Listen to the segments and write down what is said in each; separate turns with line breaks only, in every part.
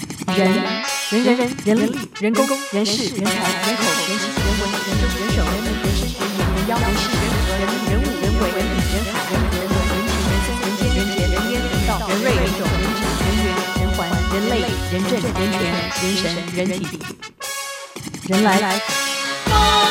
人人人人人力人工人事人才人口人情人文人政人手人民人事人民人妖人事人人人物人为人理人海人人文人情人生人间人杰人烟人道人瑞人种人质人缘人环人类人政人权人神人体人来。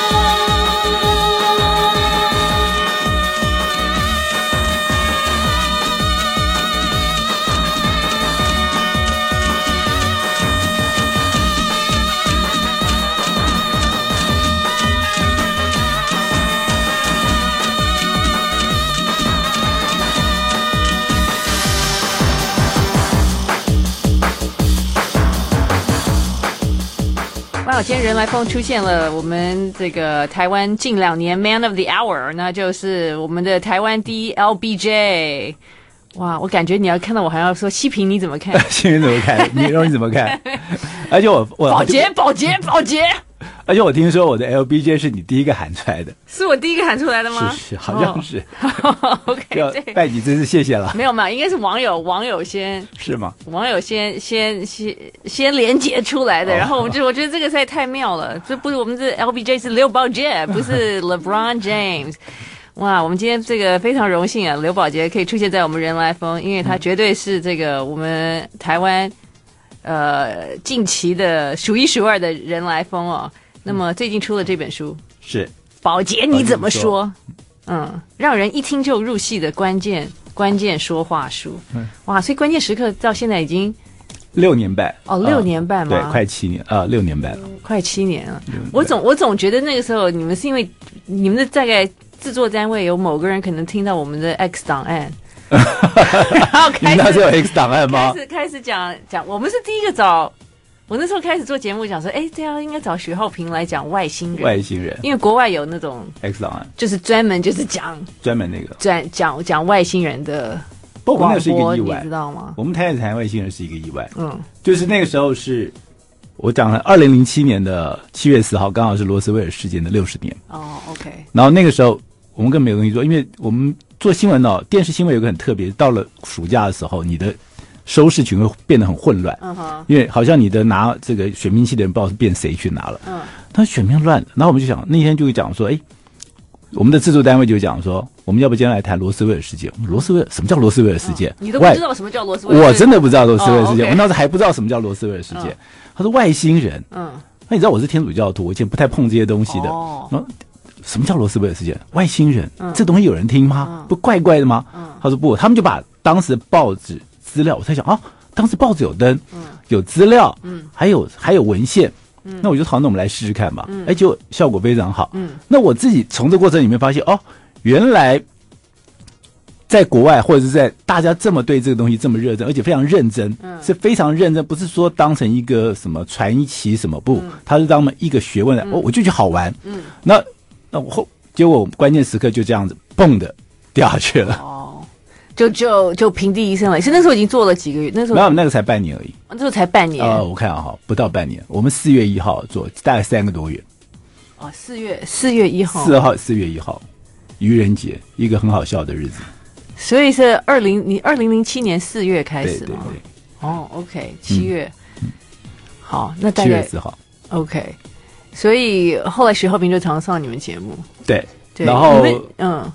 哇，今天人来疯出现了，我们这个台湾近两年 Man of the Hour，那就是我们的台湾第一 LBJ。哇，我感觉你要看到我还要说西平你怎么 看？
新人怎 么看？你让你怎么看？而且我我
保洁，保洁，保洁，
而且我听说我的 LBJ 是你第一个喊出来的，
是我第一个喊出来的 吗？
是是，好像是。
OK，
要
对，
拜你真是谢谢了，
没有嘛，应该是网友网友先
是吗？
网友先先先先连接出来的，
哦
然后我们就我觉得这个实在太妙了，这不是我们这 LBJ 是刘宝杰，不 是 LeBron James。哇，我们今天这个非常荣幸啊，刘宝杰可以出现在我们人来疯，因为他绝对是这个我们台湾呃近期的数一数二的人来疯哦。那么最近出了这本书，
是
宝杰你怎么说？嗯，让人一听就入戏的关键关键说话书。
嗯
哇，所以关键时刻到现在已经
六年半
哦
啊
六年半嘛
对，快嗯七年啊，六年半了。
快七年了。
年半
我总我总觉得那个时候你们是因为你们的大概制作单位有某个人可能听到我们的 X 档 案，然后 开
你们哦那时候
始
有 X 档案
开
吗？
始开始讲讲，我们是第一个找。我那时候开始做节目，讲说，哎，这样应该找徐浩平来讲外星人，
外星人
因为国外有那种
X 档案
就是专门就是讲
专门那个，
专讲讲外星人的
不过
广
哦那是一
播，
个意
你
外
知。道吗？
我们台也谈外星人是一个意外，
嗯，
就是那个时候是我讲了二零零七年的七月四号，刚好是罗斯威尔事件的六十年。
哦，OK，
然后那个时候我们更没有东西做，因为我们做新闻哦，电视新闻有个很特别，到了暑假的时候，你的收视群会变得很混乱，
嗯哼，
因为好像你的拿这个选民系的人不知道是变谁去拿了，
嗯，
他选民乱了。然后我们就想那天就讲说，哎，我们的制作单位就讲说，我们要不今天来谈罗斯威尔事件？我们罗斯威尔什么叫罗斯威尔事件？
嗯你都不知道什么叫罗斯威尔，
我真的不知道罗斯威尔事
哦
件，
，OK
我当时还不知道什么叫罗斯威尔事件。他说外星人，
嗯，
那你知道我是天主教徒，我以前不太碰这些东西的。
哦
然后什么叫罗斯威尔事件？外星人、这东西有人听吗？不怪怪的吗？他说不，他们就把当时报纸资料，我在想啊，当时报纸有登，有资料，还有还有文献。那我就好，那我们来试试看吧。哎，结果效果非常好。那我自己从这过程里面发现，哦，原来在国外或者是在大家这么对这个东西这么认真，而且非常认真，是非常认真，不是说当成一个什么传奇什么不，他是当成一个学问的。哦，我就去好玩。嗯，那那我后结果我关键时刻就这样子蹦的掉下 去了。
哦，就就就平地一声雷，是那时候已经做了几个月，那时
没
候
有，那个才半年而已。
那时候才半年，
呃，我看啊，哈，不到半年，我们四月一号做，大概三个多月，
哦，四月四月一号，
四哦号四月一号，愚人节，一个很好笑的日子。
所以是二零你二零零七年四月开
对
始
对
吗？
对，
哦，OK，七月，好，那大
七月
概
四号，
OK，所以后来徐浩平就常上你们节目，
对。
对，
然后
你们嗯。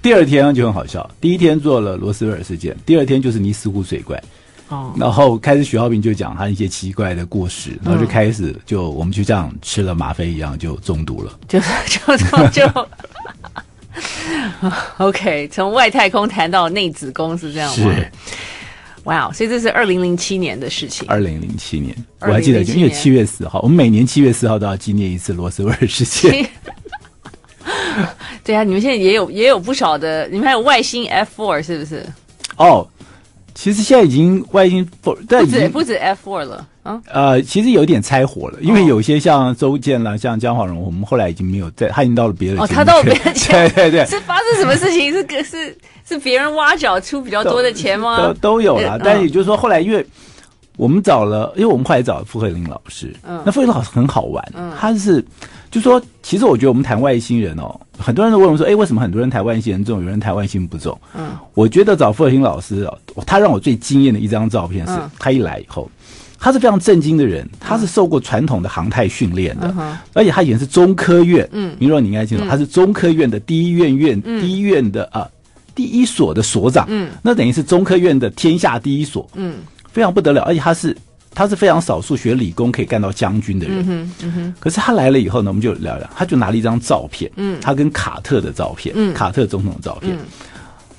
第二天就很好笑，第一天做了罗斯威尔事件，第二天就是尼斯湖水怪，
哦，
然后开始许浩平就讲他一些奇怪的故事，然
嗯
后就开始就我们就这样吃了吗啡一样就中毒了。
就是 就就就，OK，从外太空谈到内子宫是这样吗？ 哇哦，所以这是二零零七年的事情。
二零零七年，
2007
我还记得，就因为
年
七月四号，我们每年七月四号都要纪念一次罗斯威尔事件。
对啊，你们现在也有也有不少的，你们还有外星 F four 是不是？
哦，其实现在已经外星不，但
不
已
止
经
不止 F four 了，嗯，
呃，其实有点拆火了，因
哦
为有些像周健啦，像姜华荣，我们后来已经没有在，他已经到了别的
哦
节
他
目
到
去
别 的
了
节目
对对对，
是发生什么事情？是个是是别人挖角出比较多的钱
都
吗？
都有啦
嗯。
但也就是说，后来因为我们找了，因为我们后来找了傅慧玲老师，
嗯
那傅慧玲老师很好玩，他是就说，其实我觉得我们谈外星人哦，很多人都问我说，哎，为什么很多人谈外星人中，有人谈外星人不中？
嗯，
我觉得找傅慧玲老师哦，他让我最惊艳的一张照片是
嗯，
他一来以后，他是非常正经的人，他是受过传统的航太训练
嗯
的，而且他以前是中科院，嗯，明若你应该清楚，他是中科院的第一院院第一院的啊、第一所的所长，嗯，那等于是中科院的天下第一所，嗯，非常不得了，而且他是他是非常少数学理工可以干到将军的人，嗯哼，可是他来了以后呢，我们就聊聊，他就拿了一张照片，嗯，他跟卡特的照片，嗯，卡特总统的照片。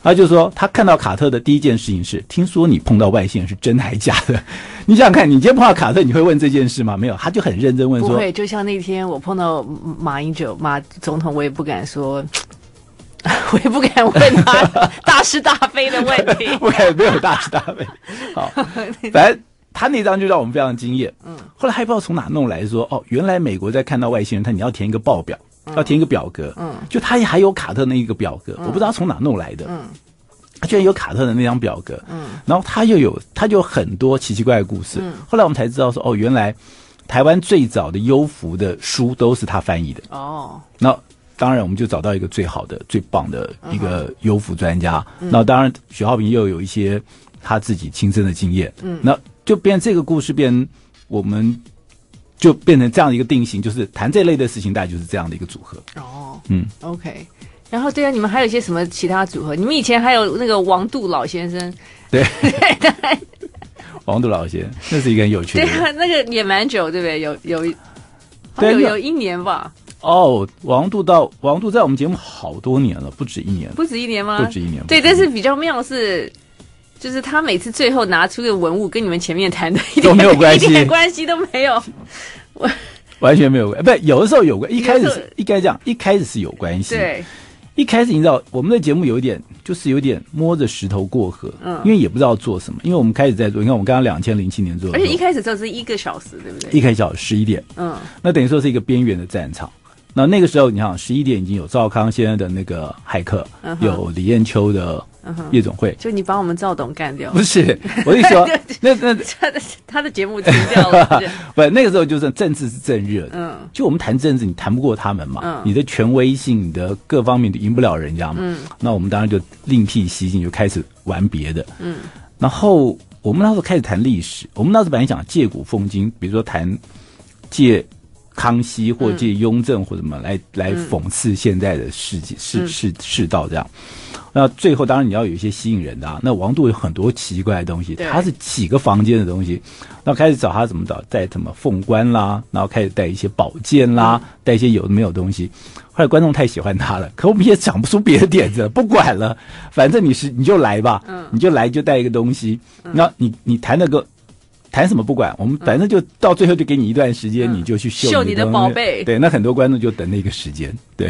他就说，他看到卡特的第一件事情是，听说你碰到外星人是真还假的？ 你想想看，你今天碰到卡特，你会问这件事吗？没有，他就很认真问
不
说，
会，就像那天我碰到嗯马英九马总统，我也不敢说， 我也不敢问他大是大非的问 题。
我感觉没有大是大非。 好，反正他那张就让我们非常惊艳。嗯，后来还不知道从哪弄来说，哦，原来美国在看到外星人，他你要填一个报表，要填一个表格。嗯，就他也还有卡特那一个表格，我不知道他从哪弄来的。嗯。他居然有卡特的那张表格，嗯，然后他又有他就有很多奇奇怪怪的故事。后来我们才知道说，哦，原来台湾最早的优福的书都是他翻译的。
哦，
那当然，我们就找到一个最好的、最棒的一
嗯
个优抚专家。那当然，许浩平又有一些他自己亲身的经验。嗯，那就变这个故事变，我们就变成这样的一个定型，就是谈这类的事情，大概就是这样的一个组合。
哦，
嗯
，OK。然后对啊，你们还有一些什么其他组合？你们以前还有那个王杜老先生，
对，王杜 老先，那是一个很有趣
哦对
的人。
啊，那个也蛮久，对不对？有有一，好
对
像有
那
有一年吧，
哦，王杜到王杜在我们节目好多年了，不止一年了。
不止一年吗？
不止一年
对，
不止一
但
年
是比较妙是，就是他每次最后拿出的文物跟你们前面谈的一点
都没有关系
一点关系都没有。
完全没有关，哎不，有的时候有关，一开始
有的时候
是应该这样，一开始是有关系，
对，
一开始你知道，我们的节目有一点就是有点摸着石头过河，
嗯
因为也不知道做什么，因为我们开始在做，你看我们刚刚两千零七年做的
而
时候，
且一开始只有是一个小时，对不对？
一开始早十一点，
嗯，
那等于说是一个边缘的战场。那那个时候，你想十一点已经有赵康先生的那个骇客，
嗯哼嗯
有李艳秋的夜总会，
就你把我们赵董干掉
不，是，我是说，那那
他的他的节目停掉了， 是不是
不，那个时候就是政治是正热的，
嗯
就我们谈政治，你谈不过他们嘛，
嗯
你的权威性、你的各方面都赢不了人家嘛，那我们当然就另辟蹊径，就开始玩别的，嗯，然后我们那时候开始谈历史，我们那时候本来想借古讽今，比如说谈借康熙或借雍正或什么来、来讽刺现在的世界世世世道这样。那最后当然你要有一些吸引人的啊。那王杜有很多奇怪的东西，
对
他是几个房间的东西。那开始找他怎么找，带什么凤冠啦，然后开始带一些宝剑啦，带一些有的没有的东西。后来观众太喜欢他了，可我们也想不出别的点子了，不管了，反正你是你就来吧，你就来就带一个东西。那你你谈那个谈什么不管，我们反正就到最后就给你一段时间，你就去
嗯秀
秀
你的
东
宝
西
贝
对，那很多观众就等那个时间。对，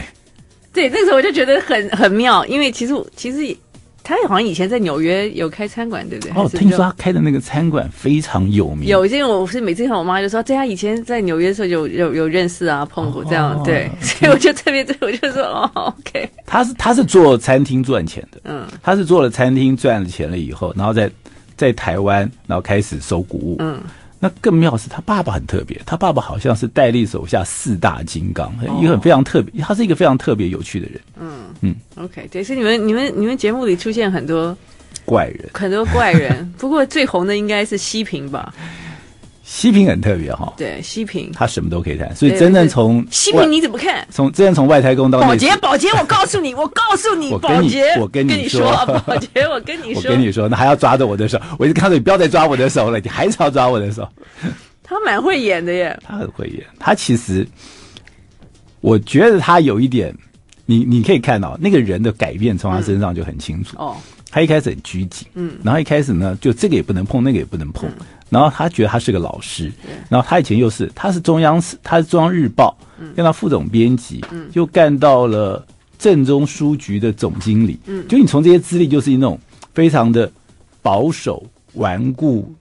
对，那个时候我就觉得很很妙，因为其实我其实也他好像以前在纽约有开餐馆，对不对？还
哦，
是
听
就
说他开的那个餐馆非常有名。
有，因为我是每次看我妈就说，对啊，以前在纽约的时候有有有认识啊，碰过这样，
哦
对，所以我就特别，对我就说哦，OK，
他是他是做餐厅赚钱的，
嗯
他是做了餐厅赚了钱了以后，然后在在台湾，然后开始收谷物。
嗯，
那更妙是他爸爸很特别，他爸爸好像是戴笠手下四大金刚，
哦
一个很非常特别，他是一个非常特别有趣的人，
，OK，对，所以你们你们你们节目里出现很多
怪人。
很多怪 人，不过最红的应该是西平吧？
西平很特别哈、
对，西平，
他什么都可以谈，所以
对
真
对
正
对
从
西
外
平你怎么看？
从真正从外太空到
保
内
洁，保洁，我告诉你，我告诉你，
哦我跟
保
你
洁，
我跟你
你说，
说
保洁，我跟你
我
说，
跟你说，那还要抓着我的手，我就告诉你不要再抓我的手了，你还是要抓我的手。
他蛮会演的耶，
他很会演，他其实，我觉得他有一点，你你可以看到那个人的改变从他身上就很清楚。
哦，
他一开始很拘谨，嗯，然后一开始呢，就这个也不能碰，那个也不能碰，然后他觉得他是个老师，然后他以前又是他是中央是他是中央日报，干到副总编辑，又干到了正中书局的总经理，嗯，就你从这些资历就是那种非常的保守、顽固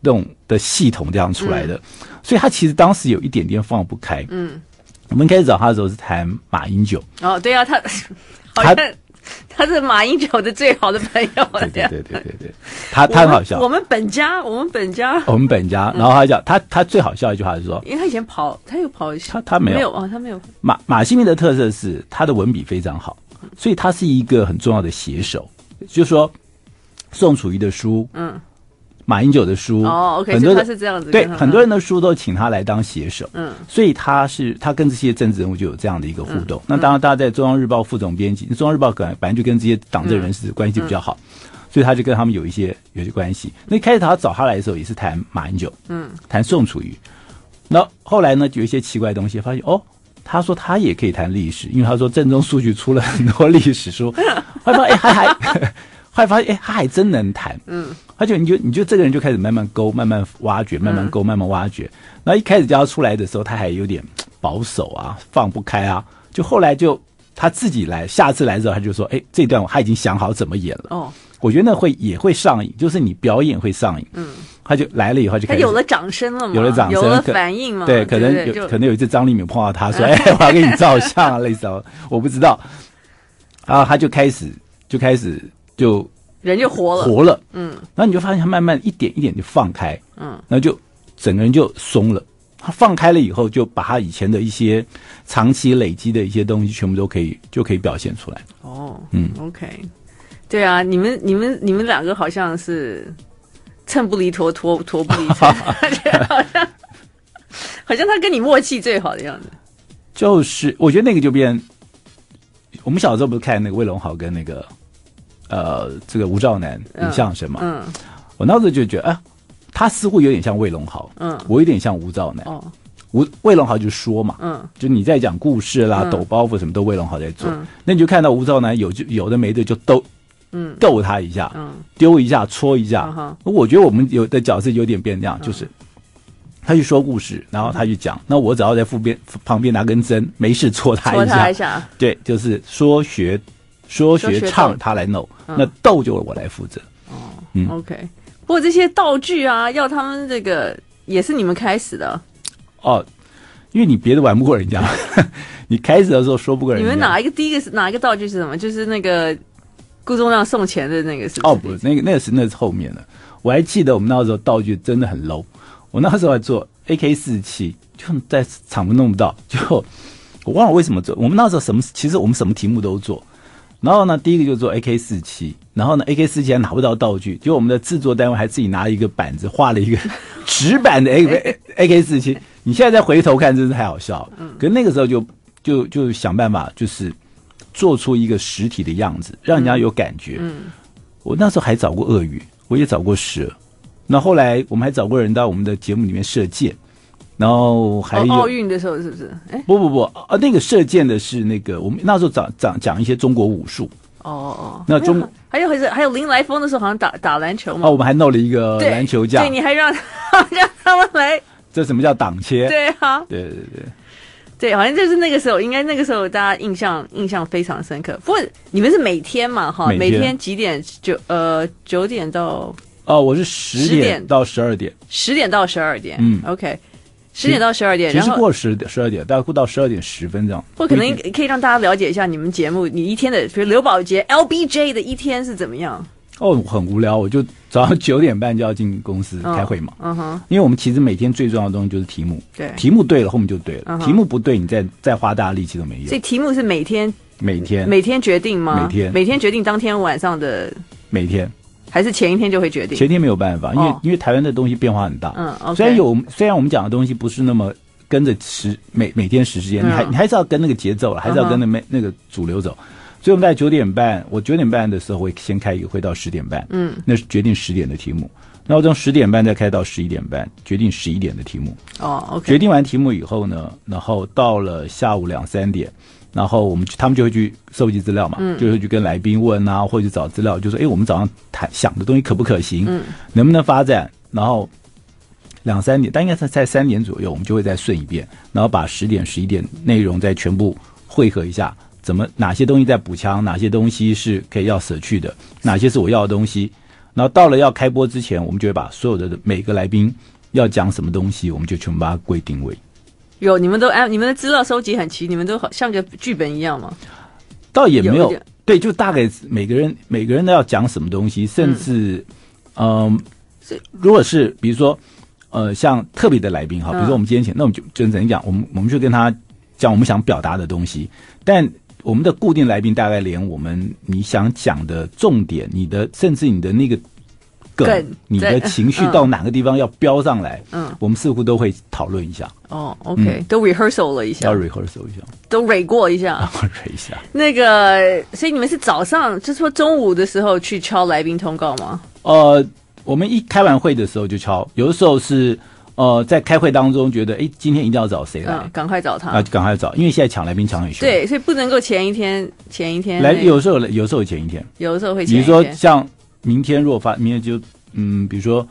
那种的系统这样出来的，所以他其实当时有一点点放不开，嗯，我们一开始找他的时候是谈马英 九，
哦，对啊，他 好像 他是马英九的最好的朋友了，
对对对对对对，他他很好笑
我。们我们本家，我们本家，
我们本家，
嗯
然后他讲他他最好笑的一句话是说，
因为他以前跑，他有跑，
他他没有
没有哦，他没有，
马马西明的特色是他的文笔非常好，所以他是一个很重要的写手，就是说宋楚瑜的书，
嗯，
马英九的书，
哦，OK，
很
所
多
以
的
他是这样子
对
跟他
很多人的书都请他来当写手，
嗯，
所以他是他跟这些政治人物就有这样的一个互动。那当然，大家在中央日报副总编辑，中央日报本来本来就跟这些党政人
嗯
士关系比较好，所以他就跟他们有一些有一些关系。那一开始他找他来的时候也是谈马英九，嗯，谈宋楚瑜，那后来呢，有一些奇怪的东西，发现哦，他说他也可以谈历史，因为他说正宗数据出了很多历史 书，后来发现哎他还，后来发现哎他还真能谈，嗯，而且你就你就这个人就开始慢慢勾，慢慢挖
嗯
掘，慢慢勾，慢慢挖掘。那一开始叫他出来的时候，他还有点保守啊，放不开啊，就后来就他自己来，下次来的时候他就说，哎，这段我他已经想好怎么演了，
哦，
我觉得那会也会上瘾，就是你表演会上瘾，嗯，他就来了以后就
他
开始
有了掌声了嘛，
有了掌声，
嗯有了
可
反应嘛，对，
对，可
不
能
对
有
就
可能有一次张立敏碰到他 说：“哎，我要给你照相啊，类似啊，我不知道。”然后他就开始就开始就
人就活了，
活了，
嗯，
然后你就发现他慢慢一点一点就放开，
嗯，
然后就整个人就松了。他放开了以后，就把他以前的一些长期累积的一些东西，全部都可以就可以表现出来。
哦，
嗯
，OK，对啊，你们你们你们两个好像是秤不离砣，砣砣不 离秤， 好像好像他跟你默契最好的样子。
就是我觉得那个就变，我们小时候不是看那个魏龙豪跟那个呃这个吴兆南
嗯
你相声嘛，
嗯
我那时候就觉得，啊，他似乎有点像魏龙豪，
嗯，
我有点像吴兆南。
哦，
吴魏龙豪就说嘛，
嗯
就你在讲故事啦、
嗯
抖包袱什么都魏龙豪在做，
嗯
那你就看到吴兆南有就有的没的就逗
嗯
逗他一下，
嗯
丢一下，戳一下。
嗯哼嗯
我觉得我们有的角色有点变量，就是。他去说故事，然后他去讲。那我只要在附边旁边拿根针，没事戳他
戳
一
他
下
一。下，
对，就是说学说
说
学
学
唱
逗
他来弄，
嗯
那逗就我来负责。嗯
OK。不过这些道具啊，要他们这个也是你们开始的，
哦，因为你别的玩不过人家， 你开始的时候说不过人
你
家。
们哪一个第一个是哪一个道具是什么？就是那个顾宗亮送钱的那个是不是？
哦，不，那个那个是那是后面的。我还记得我们那时候道具真的很 low，我那时候还做 AK 四七，就在厂部弄不到，就我忘了为什么做。我们那时候什么，其实我们什么题目都做。然后呢，第一个就做 AK 四七，然后呢，AK 四七还拿不到道具，结果我们的制作单位还自己拿一个板子画了一 个纸板的 AK AK 四七。你现在再回头看，真是太好笑了。
嗯
可是那个时候就就就想办法，就是做出一个实体的样子，让人家有感觉。
嗯
我那时候还找过鳄鱼，我也找过蛇。那后来我们还找过人到我们的节目里面射箭，然后还
哦
有、
奥运的时候是不是？哎，
不不不啊，那个射箭的是那个我们那时候讲讲讲一些中国武术，
哦哦，
那中
还有还有还有林来疯的时候，好像打打篮球嘛
啊，，我们还弄了一个
对
篮球架
对，，你还让 让他们来，
这什么叫挡切？
对啊，
对对对，
对，好像就是那个时候，应该那个时候大家印象印象非常深刻。不过你们是每天嘛哈，
每
每
天
几点九呃九点到
哦，我是十
10
点
点
到十二点，
十点到十二点，
嗯
，OK，十点到十二点，
其
然
实
后
过十十二点，大概到十二点十分这样。
或可能可以让大家了解一下你们节目，你一天的，比如刘宝杰 LBJ 的一天是怎么样？
哦，很无聊，我就早上九点半就要进公司开会嘛，
嗯哼，
因为我们其实每天最重要的东西就是题目，
对，
题目对了，后面就对了；
嗯哼
题目不对，你再再花大力气都没
所
用。
以题目是每天
每天每
每天决定吗？
每天
每天决定当天晚上的，
天，
还是前一天就会决定？
前天没有办法，因为、
哦
因为台湾的东西变化很大。
嗯，OK
虽然有虽然我们讲的东西不是那么跟着时每每天时时间，你还
嗯
你还是要跟那个节奏了，还是要跟那没、那个主流走。所以我们在九点半，我九点半的时候会先开一个会到十点半，
嗯，
那是决定十点的题目。那我从十点半再开到十一点半，决定十一点的题目。
哦，OK，
决定完题目以后呢，然后到了下午两三点，然后我们去他们就会去收集资料嘛，就会去跟来宾问啊，或者去找资料，就说哎，我们早上谈想的东西可不可行，能不能发展？然后两三点，但应该是在三点左右，我们就会再顺一遍，然后把十点、十一点内容再全部汇合一下。怎么哪些东西在补强，哪些东西是可以要舍去的，哪些是我要的东西。然后到了要开播之前，我们就会把所有的每个来宾要讲什么东西，我们就全部把它归定位。
有，你们都按你们的资料收集很齐，你们都好像个剧本一样嘛。
倒也没
有
有
一点
对，就大概每个人每个人都要讲什么东西，甚至嗯、
是
如果是比如说呃，像特别的来宾哈，比如说
嗯
我们今天请，那我们就就怎样讲，我们我们就跟他讲我们想表达的东西，但。我们的固定来宾大概连我们你想讲的重点，你的甚至你的那个梗
梗，
你的
对
情绪
嗯
到哪个地方要飙上来，
嗯，
我们似乎都会讨论一下，
哦，OK，都 rehearsal 了一下
嗯要，rehearsal 啊一下，
都 re 过一下
然。后 re 一下。
那个，所以你们是早上，就是说中午的时候去敲来宾通告吗？
呃，我们一开完会的时候就敲，有的时候是呃在开会当中觉得，哎，今天一定要找谁来
嗯，，赶快找他。
啊，就赶快找，因为现在抢来宾抢很凶。，
对，所以不能够前一天，前一天
来
那个
有时候有时候前一天，
有的时候会
比
前
如
一
说
天。
像明天如果发，明天就嗯，比如说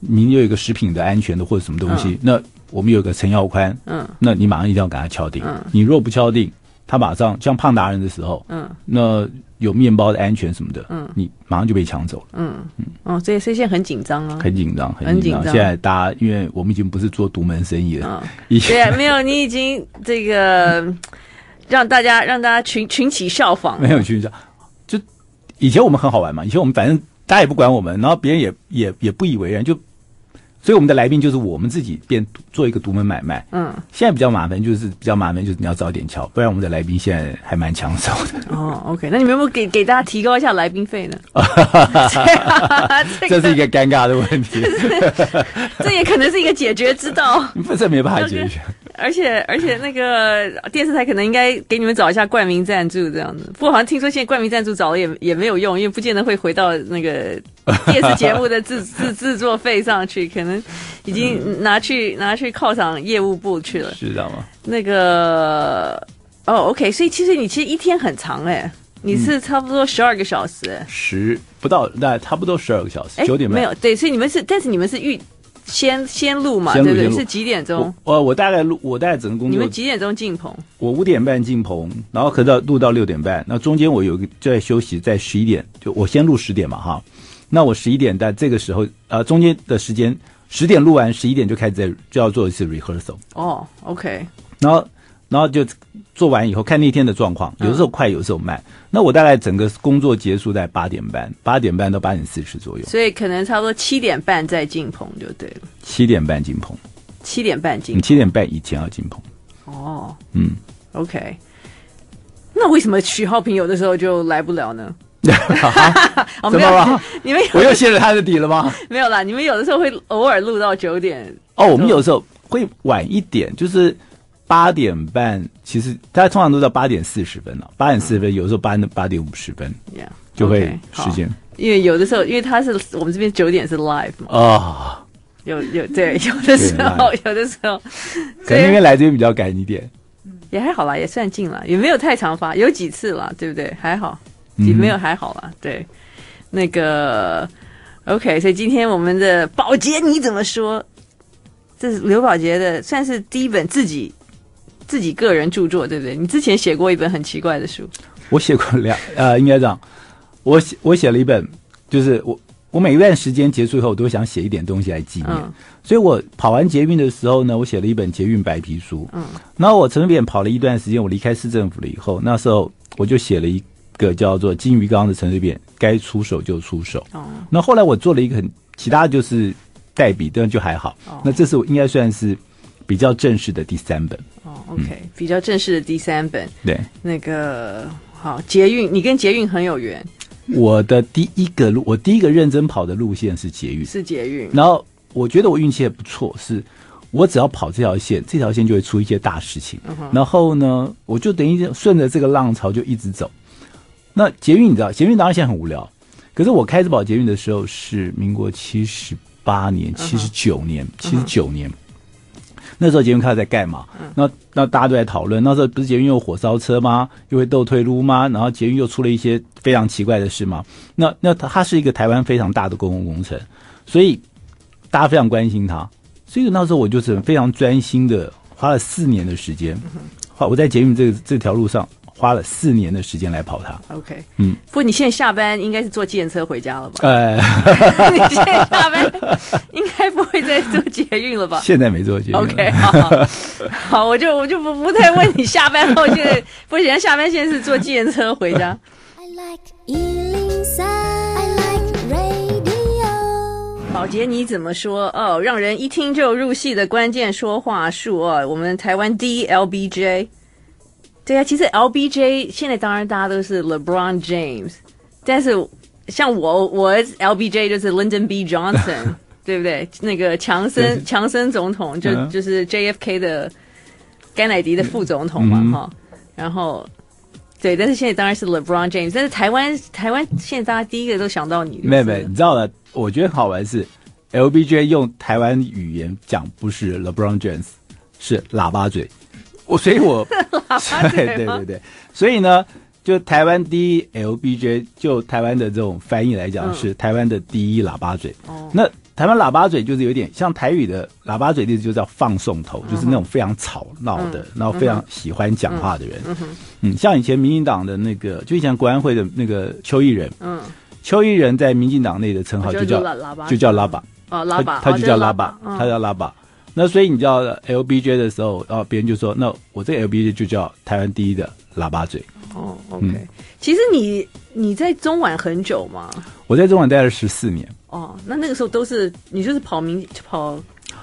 明天有一个食品的安全的或者什么东西，那我们有个陈耀宽，
嗯
那你马上一定要给他敲定。
嗯
你若不敲定，他马上像胖达人的时候，
嗯
那有面包的安全什么的，
嗯
你马上就被抢走了，
嗯哦，所以所以现在很紧张啊。
很紧张，
很
很
紧
紧
张
张。现在大家因为我们已经不是做独门生意了，
嗯，
以
对
前
啊，没有，你已经这 个让大家让大家群群起效仿。
没有去讲，就以前我们很好玩嘛，以前我们反正大家也不管我们，然后别人也也也不以为然，就所以我们的来宾就是我们自己变做一个独门买卖。
嗯
现在比较麻烦，就是比较麻烦，就是你要早点敲，不然我们的来宾现在还蛮抢手的。
哦，OK，那你们有没有给给大家提高一下来宾费 呢？ 这
这
个
是一个尴尬的问 题，
这也可能是一个解决之道，
不是没办法解决。
而且而且那个电视台可能应该给你们找一下冠名赞助这样子。不过好像听说现在冠名赞助找了也也没有用，因为不见得会回到那 个电视节目的制制制作费上去，可能已经拿去拿去犒赏业务部去了。
是这样吗？
那个哦，OK，所以其实你其实一天很长哎、你是差不
嗯
多十二个小时哎、
十不到，那差不多十二个小时，
哎
九点半。
没有对，所以你们是，但是你们是预先先录嘛，
先录
对不对？
先录
是几点钟
我？我我大概录，我大概整个工
你
作
们，几点钟进棚？
我五点半进棚，然后可到录到六点半，那中间我有一个在休息，在十一点就我先录十点嘛哈，那我十一点在这个时候呃中间的时间十点录完，十一点就开始在就要做一次 rehearsal，
哦，OK，
然后然后就做完以后看那天的状况，
嗯
有的时候快，有的时候慢。那我大概整个工作结束在八点半，八点半到八点四十左右，
所以可能差不多七点半再进棚就对了，
七点半进棚，
七点半进
你。七点半以前要进棚，
哦
嗯。
，OK。那为什么许浩平有的时候就来不了呢？哦，
怎
没
么
有
了？
你们
我
有
又泄了他的底了吗？
没有啦？你们有的时候会偶尔录到九点，
哦，我们有时候会晚一点，就是八点半，其实大家通常都到八点四十分了，八点四十分，有时候八八点五十分
yeah,
就会
OK，好
时间
因为有的时候，因为他是我们这边九点是 live 嘛，
啊。
有有 对，有的时候有的时候，
可
所
能因
以
为来这边比较赶一点，
也还好啦，也算近了，也没有太常发，有几次啦，对不对？还好，
嗯
也没有还好啦，对，那个 OK，所以今天我们的宝洁你怎么说？这是刘宝洁的，算是第一本自己自己个人著作，对不对？你之前写过一本很奇怪的书，
我写过两呃，应该这样，我写我写了一本，就是我我每一段时间结束以后，我都想写一点东西来纪念。
嗯
所以我跑完捷运的时候呢，我写了一本捷运白皮书。
嗯，
然后我陈水扁跑了一段时间，我离开市政府了以后，那时候我就写了一个叫做《金鱼缸的陈水扁》，该出手就出手。
哦
那后来我做了一个很其他就是代笔，但就还好。
哦
那这是我应该算是比较正式的第三本。
哦，OK，、比较正式的第三本，
对，
那个好捷运，你跟捷运很有缘，
我的第一个路，我第一个认真跑的路线是捷运。
是捷运，
然后我觉得我运气也不错，是我只要跑这条线，这条线就会出一些大事情。
嗯
然后呢，我就等于顺着这个浪潮就一直走。那捷运你知道，捷运当然现在很无聊，可是我开始跑捷运的时候是民国七十八年、七十九年、七十九年。那时候捷运开始在盖嘛，那那大家都在讨论，那时候不是捷运又有火烧车吗？又会斗退路吗？然后捷运又出了一些非常奇怪的事嘛。那那它它是一个台湾非常大的公共工程，所以大家非常关心他，所以那时候我就是非常专心的，花了四年的时间，花我在捷运这个这条路上花了四年的时间来跑它。
OK，
嗯，
不过你现在下班应该是坐计程车回家了吧？
呃，
你现在下班应该不会再坐捷运 了吧
现在没做捷运了
？OK，好好，好，我就我就不不太问你下班后现在，不行，下班现在是坐计程车回家。
I like Ealing Sound. I like radio.
保洁你怎么说？哦，让人一听就入戏的关键说话术哦，我们台湾第一 LBJ。对啊，其实 LBJ 现在当然大家都是 LeBron James，但是像我，我 LBJ 就是 Lyndon B. Johnson，对不对？那个强
对
森，强森总统就、
嗯
就是 JFK 的甘乃迪的副总统嘛，
嗯
哈、然后，对，但是现在当然是 LeBron James，但是台湾台湾现在大家第一个都想到你，就是
妹妹，你知道的，我觉得很好玩是，LBJ 用台湾语言讲不是 LeBron James，是喇叭嘴。我所以我，对 对对对，所以呢，就台湾第一 LBJ，就台湾的这种翻译来讲
嗯
是台湾的第一喇叭嘴。
哦
那台湾喇叭嘴就是有点像台语的喇叭嘴，意思就叫放送头，就是那种非常吵闹的，然后非常喜欢讲话的人。嗯像以前民进党的那个，就以前国安会的那个邱毅人，
嗯，
邱毅人在民进党内的称号
我觉
就
得
叫
喇喇叭
就叫拉巴，
哦，
他
拉巴，
他
哦
就
这
叫
是
拉
拉
巴，
嗯
他叫拉巴。那所以你叫 LBJ 的时候，啊，别人就说，那我这个 LBJ 就叫台湾第一的喇叭嘴。
哦，OK，、其实
嗯
你你在中晚很久嘛，
我在中晚待了十四年，
哦，那那个时候都是你就是跑民跑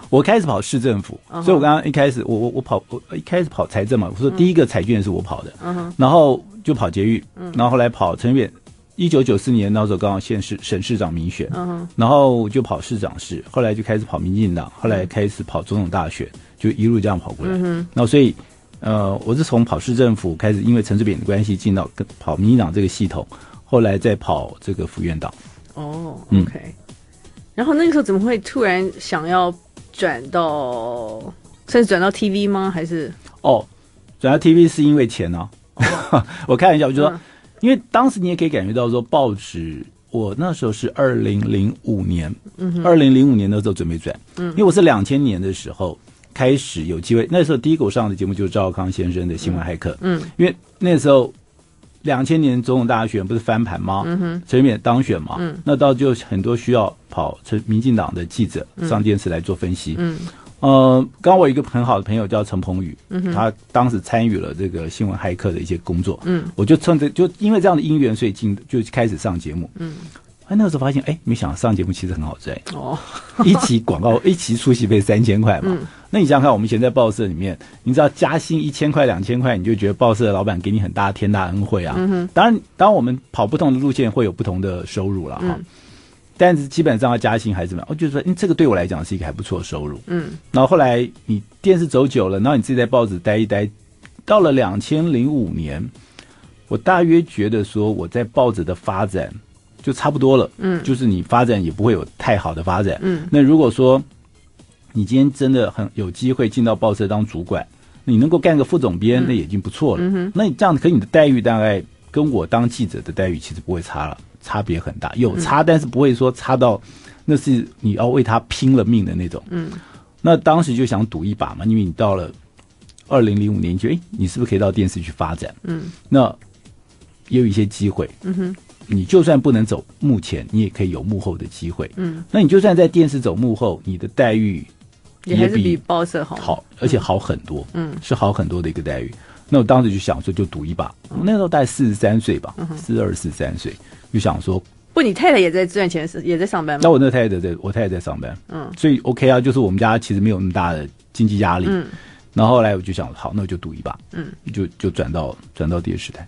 我开始跑市政府
嗯哼
所以我刚刚一开始我我我跑我一开始跑财政嘛，我说第一个彩券是我跑的，
嗯哼嗯
然后就跑捷运，然后后来跑陈远，一九九四年那时候刚好县市省市长民选，
嗯哼嗯
然后就跑市长市，后来就开始跑民进党，后来开始跑总统大选，就一路这样跑过来。嗯、然后所以，呃，我是从跑市政府开始，因为陈水扁的关系进到跟跑民进党这个系统，后来再跑这个府院党。
哦
嗯
，OK、然后那个时候怎么会突然想要转到，算是转到 TV 吗？还是
哦，转到 TV 是因为钱哦。 我开玩笑，我就说，
嗯
因为当时你也可以感觉到说，报纸我那时候是二零零五年，
嗯
二零零五年的时候准备转，因为我是两千年的时候开始有机会，那时候第一个我上的节目就是赵康先生的新闻骇客，
嗯，
因为那时候。两千年总统大选不是翻盘吗？
嗯
陈水扁当选嘛，那到就很多需要跑陈民进党的记者上电视来做分析。
嗯
呃，刚我有一个很好的朋友叫陈鹏宇，他当时参与了这个新闻骇客的一些工作，
嗯，
我就趁着就因为这样的因缘，所以进就开始上节目，
嗯，
哎，那个时候发现，哎，没想到上节目其实很好赚，
哦
一期广告一期出席费三千块嘛，那你想想看，我们以前在报社里面，你知道加薪一千块两千块，你就觉得报社的老板给你很大的天大恩惠啊，嗯、当然，当然我们跑不同的路线会有不同的收入了哈。但是基本上要加薪还是怎么样？我就说，嗯，这个对我来讲是一个还不错的收入。
嗯
然后后来你电视走久了，然后你自己在报纸待一待，到了两千零五年，我大约觉得说我在报纸的发展就差不多了，
嗯
就是你发展也不会有太好的发展，
嗯，
那如果说你今天真的很有机会进到报社当主管，你能够干个副总编，那也已经不错了，嗯那你这样，可你的待遇大概跟我当记者的待遇其实不会差了，差别很大，
嗯
有差，但是不会说差到那是你要为他拼了命的那种，
嗯。
那当时就想赌一把嘛，因为你到了二零零五年，你觉得诶你是不是可以到电视去发展？
嗯，
那也有一些机会。嗯哼，你就算不能走幕前，你也可以有幕后的机会。
嗯，
那你就算在电视走幕后，你的待遇
也还是比报社好。
好，而且好很多。
嗯，
是好很多的一个待遇。那我当时就想说，就赌一把。
嗯
我那时候大概四十三岁吧，四二四三岁，就想说
不，你太太也在赚钱，是也在上班
那
吗？
我那太太在，我太太在上班，
嗯，
所以 OK 啊，就是我们家其实没有那么大的经济压力，
嗯，
然后后来我就想，好，那我就赌一把，
嗯，
就就转到转到电视台，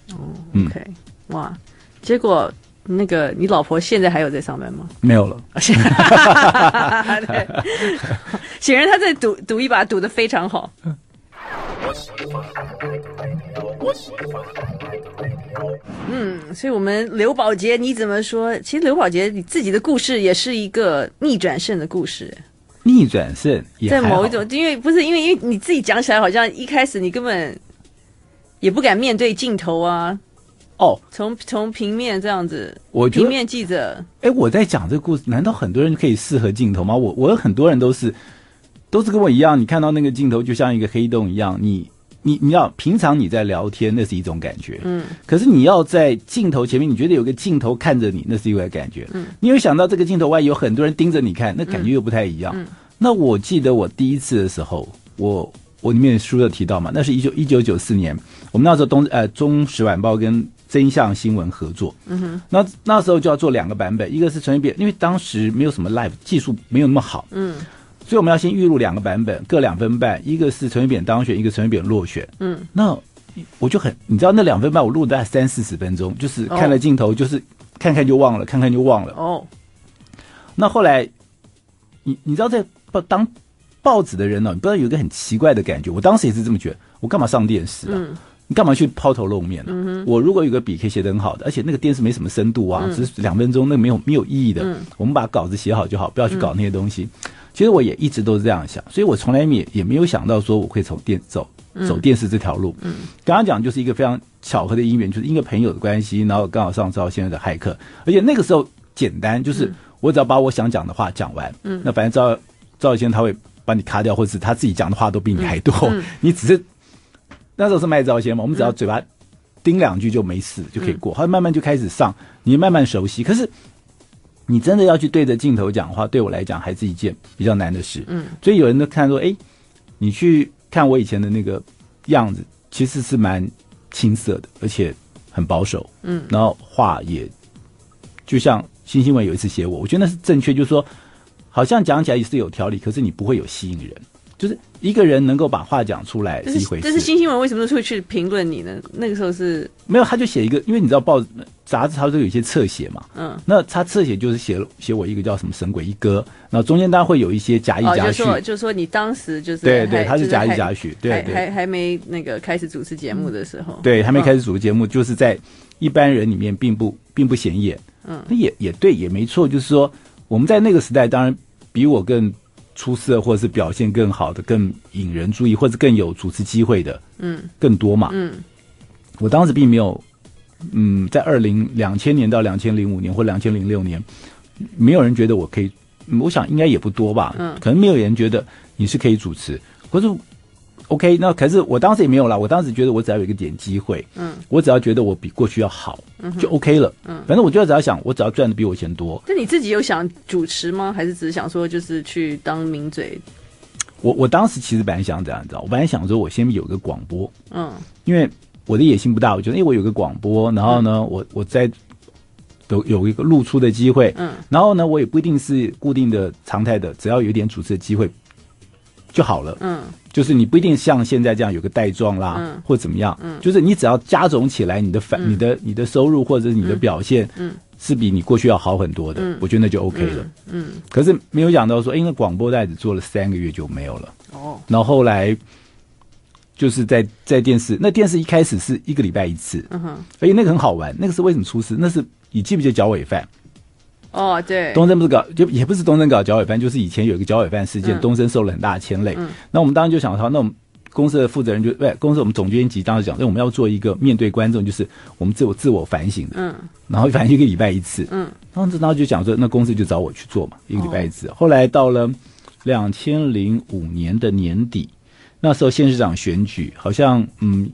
嗯
OK，哇，结果那个你老婆现在还有在上班吗？
没有了，
对，显然他在赌赌一把，赌的非常好。嗯，所以我们刘宝杰你怎么说？其实刘宝杰你自己的故事也是一个逆转胜的故事，
逆转胜也
在
还好
某一种，因为不是因为因为你自己讲起来好像一开始你根本也不敢面对镜头啊，
哦，
从从平面这样子，
我觉
平
得，
面记者，
哎，我在讲这个故事，难道很多人可以适合镜头吗？我我有很多人都是都是跟我一样，你看到那个镜头就像一个黑洞一样，你。你你要平常你在聊天，那是一种感觉，
嗯，
可是你要在镜头前面，你觉得有个镜头看着你，那是一个感觉。嗯，你有想到这个镜头外有很多人盯着你看，那感觉又不太一样。那我记得我第一次的时候，我我里面书有提到嘛，那是一九一九九四年，我们那时候东呃《中时晚报》跟真相新闻合作。嗯哼，那那时候就要做两个版本，一个是陈水扁，因为当时没有什么 live 技术，没有那么好。
嗯
所以我们要先预录两个版本，各两分半，一个是陈水扁当选，一个陈水扁落选。
嗯，
那我就很，你知道那两分半我录了大概三四十分钟，就是看了镜头，就是看看就忘了，看看就忘了。
哦，
那后来，你你知道在报当报纸的人呢、你不知道有一个很奇怪的感觉，我当时也是这么觉得，我干嘛上电视啊？你干嘛去抛头露面呢、啊我如果有个笔可以写得很好的，而且那个电视没什么深度啊，只是两分钟，那个没有没有意义的。我们把稿子写好就好，不要去搞那些东西。其实我也一直都是这样想，所以我从来也也没有想到说我会从电走走电视这条路。刚刚讲就是一个非常巧合的因缘，就是因为朋友的关系，然后刚好上到现在的骇客，而且那个时候简单，就是我只要把我想讲的话讲完，嗯，那反正赵赵以先他会把你卡掉，或者是他自己讲的话都比你还多，你只是那时候是卖照
嗯
先嘛，我们只要嘴巴叮两句就没事，就可以过。后来慢慢就开始上，你慢慢熟悉。可是你真的要去对着镜头讲话，对我来讲还是一件比较难的事。嗯，所以有人都看说，哎，你去看我以前的那个样子，其实是蛮青涩的，而且很保守。嗯，然后话也就像新新闻有一次写我，我觉得那是正确，就是说好像讲起来也是有条理，可是你不会有吸引人。就是一个人能够把话讲出来
这
是一
是
回事，
这是新新闻为什么会去评论你呢？那个时候是
没有，他就写一个，因为你知道报杂志它都有一些侧写嘛，
嗯，
那他侧写就是写了写我一个叫什么神鬼一哥，然后中间当然会有一些假意
哦，
假
就
叙，
说就说你当时就是
对对
还
他是
就
假意
还
假许对
还
对
还还没那个开始主持节目的时候，
对，还没
嗯
开始主持节目，就是在一般人里面并不并不显眼，嗯，那也也对，也没错，就是说我们在那个时代，当然比我更出色或者是表现更好的、更引人注意或者更有主持机会的，嗯，更多嘛，
嗯，
我当时并没有，嗯，在二零两千年到两千零五年或两千零六年，没有人觉得我可以，嗯我想应该也不多吧，
嗯
可能没有人觉得你是可以主持，可是 OK，那可是我当时也没有啦，我当时觉得我只要有一个点机会，
嗯，
我只要觉得我比过去要好，就 OK 了，嗯，反正我就要只要想，我只要赚的比我钱多，
那你自己有想主持吗？还是只是想说就是去当名嘴？
我我当时其实本来想这样，你知道，我本来想说我先有个广播，
嗯
因为我的野心不大，我觉得，哎，我有个广播，然后
嗯
呢，我我在有有一个露出的机会，
嗯，
然后呢，我也不一定是固定的常态的，只要有一点主持的机会就好了，
嗯
就是你不一定像现在这样有个带状啦，
嗯
或怎么样，就是你只要加总起来，你的反、你的你的收入或者是你的表现，
嗯
是比你过去要好很多的，
嗯
我觉得那就 OK 了。
嗯，
可是没有想到说，哎，那广播带只做了三个月就没有了。
哦，
然后后来就是在在电视，那电视一开始是一个礼拜一次，
嗯哼，
而且那个很好玩，那个是为什么出事？那是你记不记得脚尾饭？
哦，对，
东森不是搞，就也不是东森搞脚尾饭，就是以前有一个脚尾饭事件，
嗯
东森受了很大的牵累。
嗯
那我们当时就想说，那我们公司的负责人就不对，公司我们总监级当时讲，那我们要做一个面对观众，就是我们自我自我反省的，
嗯
然后反正一个礼拜一次。
嗯
当时然后就讲说，那公司就找我去做嘛，一个礼拜一次。
哦
后来到了两千零五年的年底，那时候县市长选举，好像嗯，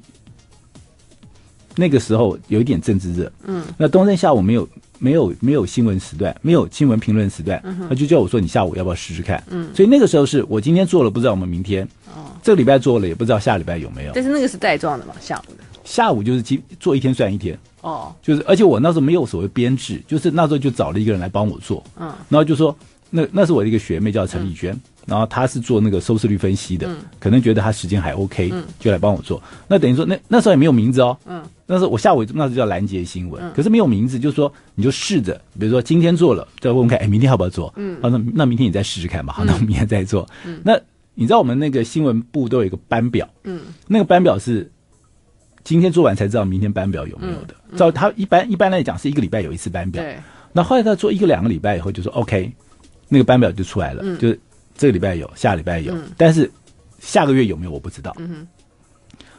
那个时候有一点政治热。
嗯，
那东森下午没有没有没有新闻时段，没有新闻评论时
嗯
段，他就叫我说你下午要不要试试看？嗯，所以那个时候是我今天做了，不知道我们明天，
哦，
这个礼拜做了也不知道下礼拜有没有。
但是那个是带状的嘛，下午的。
下午就是今做一天算一天。
哦，
就是而且我那时候没有所谓编制，就是那时候就找了一个人来帮我做，
嗯
然后就说那那是我的一个学妹叫陈丽娟，然后她是做那个收视率分析的，可能觉得她时间还 OK，、就来帮我做。那等于说那那时候也没有名字哦，
嗯，
那时候我下午那时候叫拦截新闻，可是没有名字，就是说你就试着，比如说今天做了，再问问看，哎，明天要不要做？嗯，他说那明天你再试试看吧，好，那我明天再做。那你知道我们那个新闻部都有一个班表，
嗯，
那个班表是今天做完才知道明天班表有没有的。照他一般一般来讲是一个礼拜有一次班表，
对，
那后来他做一个两个礼拜以后就说 OK，那个班表就出来了，就是这个礼拜有，下礼拜有，但是下个月有没有我不知道。嗯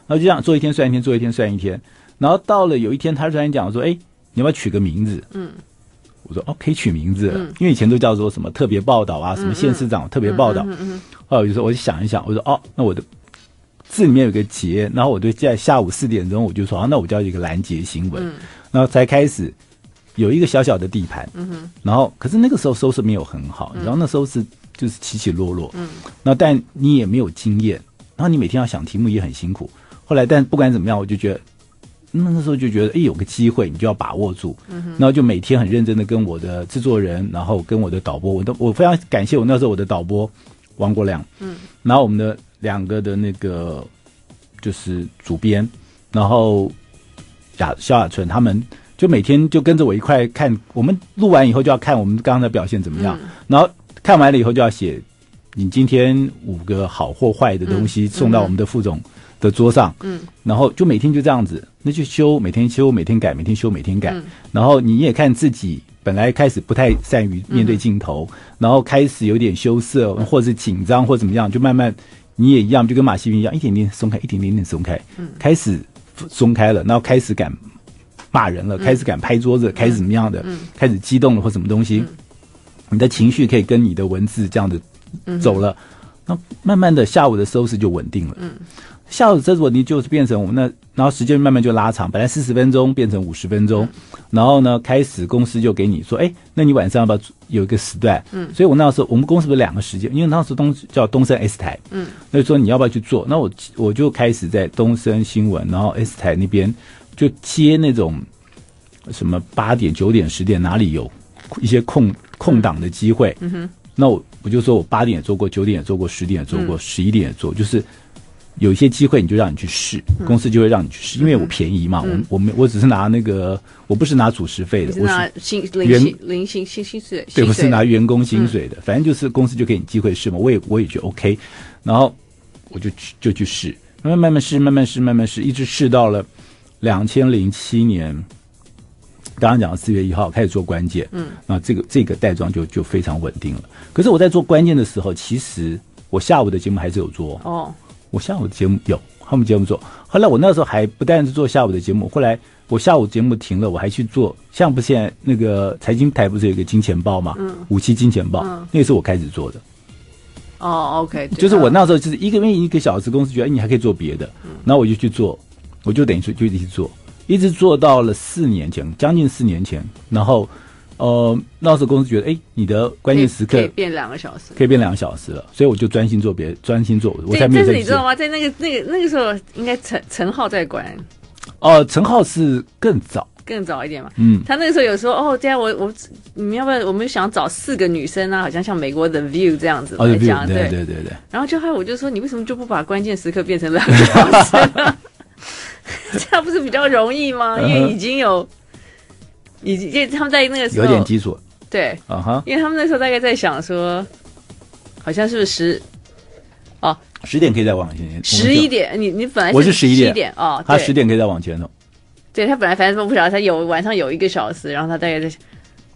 然后就这样做一天算一天，做一天算一天，然后到了有一天，他突然讲说：“哎，你要不要取个名字？”嗯。我说哦，可以取名字了，因为以前都叫做什么特别报道啊，什么县市长特别报道。后来我就说，我就想一想，我说哦，那我的字里面有个结，然后我就在下午四点钟，我就说啊，那我就要一个拦截新闻，然后才开始有一个小小的地盘，然后可是那个时候收视没有很好，然后那时候是就是起起落落，嗯，那但你也没有经验，然后你每天要想题目也很辛苦。后来但不管怎么样，我就觉得。那那时候就觉得，哎，有个机会你就要把握住，然后就每天很认真的跟我的制作人，然后跟我的导播，我都我非常感谢我那时候我的导播王国良，嗯，然后我们的两个的那个就是主编，然后雅萧亚纯他们就每天就跟着我一块看。我们录完以后就要看我们刚刚的表现怎么样，然后看完了以后就要写你今天五个好或坏的东西送到我们的副总的桌上，嗯，然后就每天就这样子，那就修，每天修，每天改，每天修，每天改，然后你也看自己。本来开始不太善于面对镜头，然后开始有点羞涩，或者是紧张，或者怎么样，就慢慢你也一样，就跟马戏云一样，一点点松开，一点点点松开，开始松开了，然后开始敢骂人了，开始敢拍桌子，开始怎么样的，开始激动了或什么东西，你的情绪可以跟你的文字这样子走了，那慢慢的下午的收拾就稳定了。下午这稳定就是变成我们那，然后时间慢慢就拉长，本来四十分钟变成五十分钟，然后呢，开始公司就给你说，哎，那你晚上要不要有一个时段？嗯，所以我那时候我们公司有两个时间，因为那时候东叫东森 S 台，嗯，那就说你要不要去做？那我我就开始在东森新闻，然后 S 台那边就接那种什么八点、九点、十点哪里有一些空空档的机会，嗯哼，那我我就说我八点也做过，九点也做过，十点也做
嗯
过，十一点也做，就是。有一些机会你就让你去试，
嗯
公司就会让你去试，因为我便宜嘛，我我没我只是拿那个，我不是拿主持费
你
的，
是
我
拿
是
薪零
原
薪零薪薪薪水，
对，我
薪
是
水
拿员工薪水的，反正就是公司就给你机会试嘛，我也我也觉得 OK，然后我就去就去试，慢慢慢慢试，慢慢试，慢慢试，一直试到了两千零七年，刚刚讲四月一号开始做关键，嗯，那这个这个带状就就非常稳定了。可是我在做关键的时候，其实我下午的节目还是有做，
哦，
我下午的节目有，他们节目做。后来我那时候还不但是做下午的节目，后来我下午节目停了，我还去做，像不现在那个财经台不是有一个金钱豹嘛，
嗯
五期金钱豹，那个是我开始做的。
哦，OK，对
就是我
啊嗯
那时候就是一个月一个小时，公司觉得哎你还可以做别的，然后我就去做，我就等于说就一直做，一直做到了四年前，将近四年前，然后呃那时候公司觉得哎你的关键时刻
可以可以变两个小时。
可以变两个小时了，所以我就专心做别专心做，我才
这
没
但
有
是
在
你知道吗？在那个那个那个时候，应该陈陈浩在管
哦，陈浩是更早。
更早一点嘛。
嗯
他那个时候有说，哦，这样我我你们要不要？我们想找四个女生啊，好像像美国的 View 这样子
哦，
来
对
讲，
对对对对，
然后就害我就说，你为什么就不把关键时刻变成两个小时呢？ 这样不是比较容易吗？因
嗯
为已经有，已经因为他们在那个时候
有点基础
对，
啊哈。
因为他们那时候大概在想说，好像是不是十
十点可以再往前，
十一，点？你你本来
我是
十
11点
点哦，
他
对
十点可以再往前走。
对他本来反正说不晓得，他有晚上有一个小时，然后他大概在想，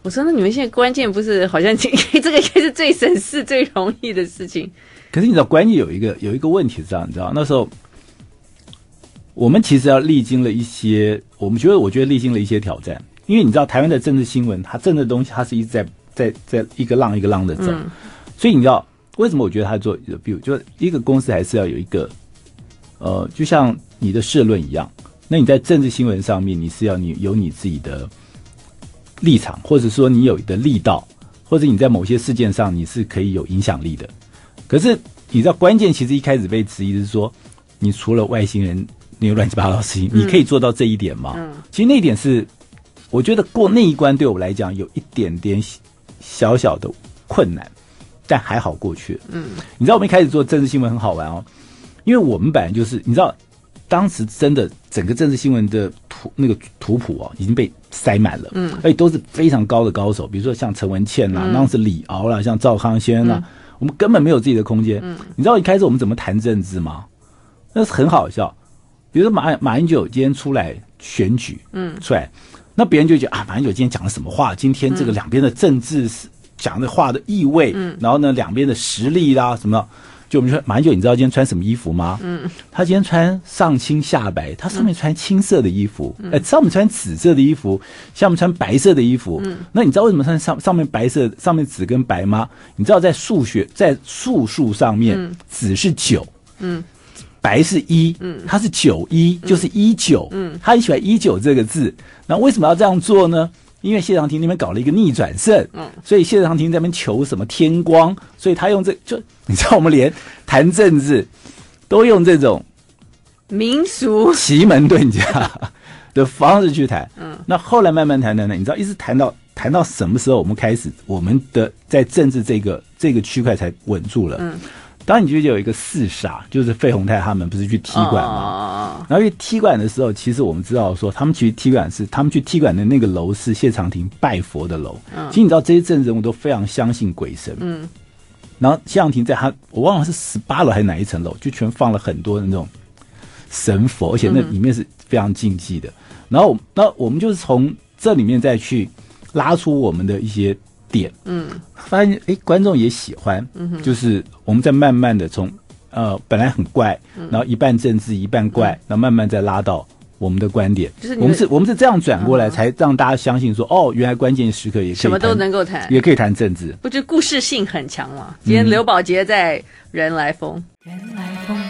我说那你们现在关键不是好像这个应该是最省事、最容易的事情，
可是你知道，关键有一个有一个问题是这样，你知道那时候我们其实要历经了一些，我们觉得我觉得历经了一些挑战，因为你知道台湾的政治新闻，它政治的东西它是一直在在在一个浪一个浪的走，所以你知道为什么我觉得它做 review，就是一个公司还是要有一个呃，就像你的社论一样，那你在政治新闻上面你是要你有你自己的立场，或者说你有的力道，或者你在某些事件上你是可以有影响力的。可是你知道，关键其实一开始被质疑是说，你除了外星人那些乱七八糟的事情，你可以做到这一点吗？其实那一点是，我觉得过那一关对我来讲有一点点小小的困难，但还好过去。嗯，你知道我们一开始做政治新闻很好玩哦，因为我们本来就是你知道，当时真的整个政治新闻的图那个图谱哦，已经被塞满了，嗯，而且都是非常高的高手，比如说像陈文茜啦，当时李敖啦，像赵康先啦，我们根本没有自己的空间。嗯，你知道一开始我们怎么谈政治吗？那是很好笑。比如说马马英九今天出来选举，嗯，出来，那别人就觉得啊，马英九今天讲了什么话？今天这个两边的政治是讲的话的意味，嗯，然后呢，两边的实力啦什么的，就我们说马英九，你知道今天穿什么衣服吗？嗯，他今天穿上青下白，他上面穿青色的衣服，呃，上面穿紫色的衣服，下面穿白色的衣服。嗯，那你知道为什么穿上上面白色，上面紫跟白吗？你知道在数学在数数上面，紫是九，白是一，嗯，它是九一，就是一九，嗯，他很喜欢一九这个字。那为什么要这样做呢？因为谢长廷那边搞了一个逆转胜，嗯，所以谢长廷在那边求什么天光，所以他用这就你知道我们连谈政治都用这种
民俗
奇门遁甲 的方式去谈。嗯，那后来慢慢谈谈谈，你知道一直谈到谈到什么时候，我们开始我们的在政治这个这个区块才稳住了。嗯，当然你就有一个四傻，就是费宏泰他们不是去踢馆吗？
嘛，
然后去踢馆的时候，其实我们知道说，他们其实踢馆是他们去踢馆的那个楼是谢长廷拜佛的楼。其实你知道这一阵人物都非常相信鬼神。嗯。然后谢长廷在他我忘了是十八楼还是哪一层楼，就全放了很多那种神佛，而且
嗯
那里面是非常禁忌的。然后，那我们就是从这里面再去拉出我们的一些点。嗯。发现哎，观众也喜欢。嗯。就是我们在慢慢的从呃，本来很怪，
嗯
然后一半政治一半怪，然后慢慢再拉到我们的观点。
就是你
我们
们
是我们是这样转过来，才让大家相信说，哦，原来关键时刻也可以
什么都
谈
能够谈
也可以谈政治。
不就故事性很强嘛？今天刘宝杰在人来疯，
人来疯。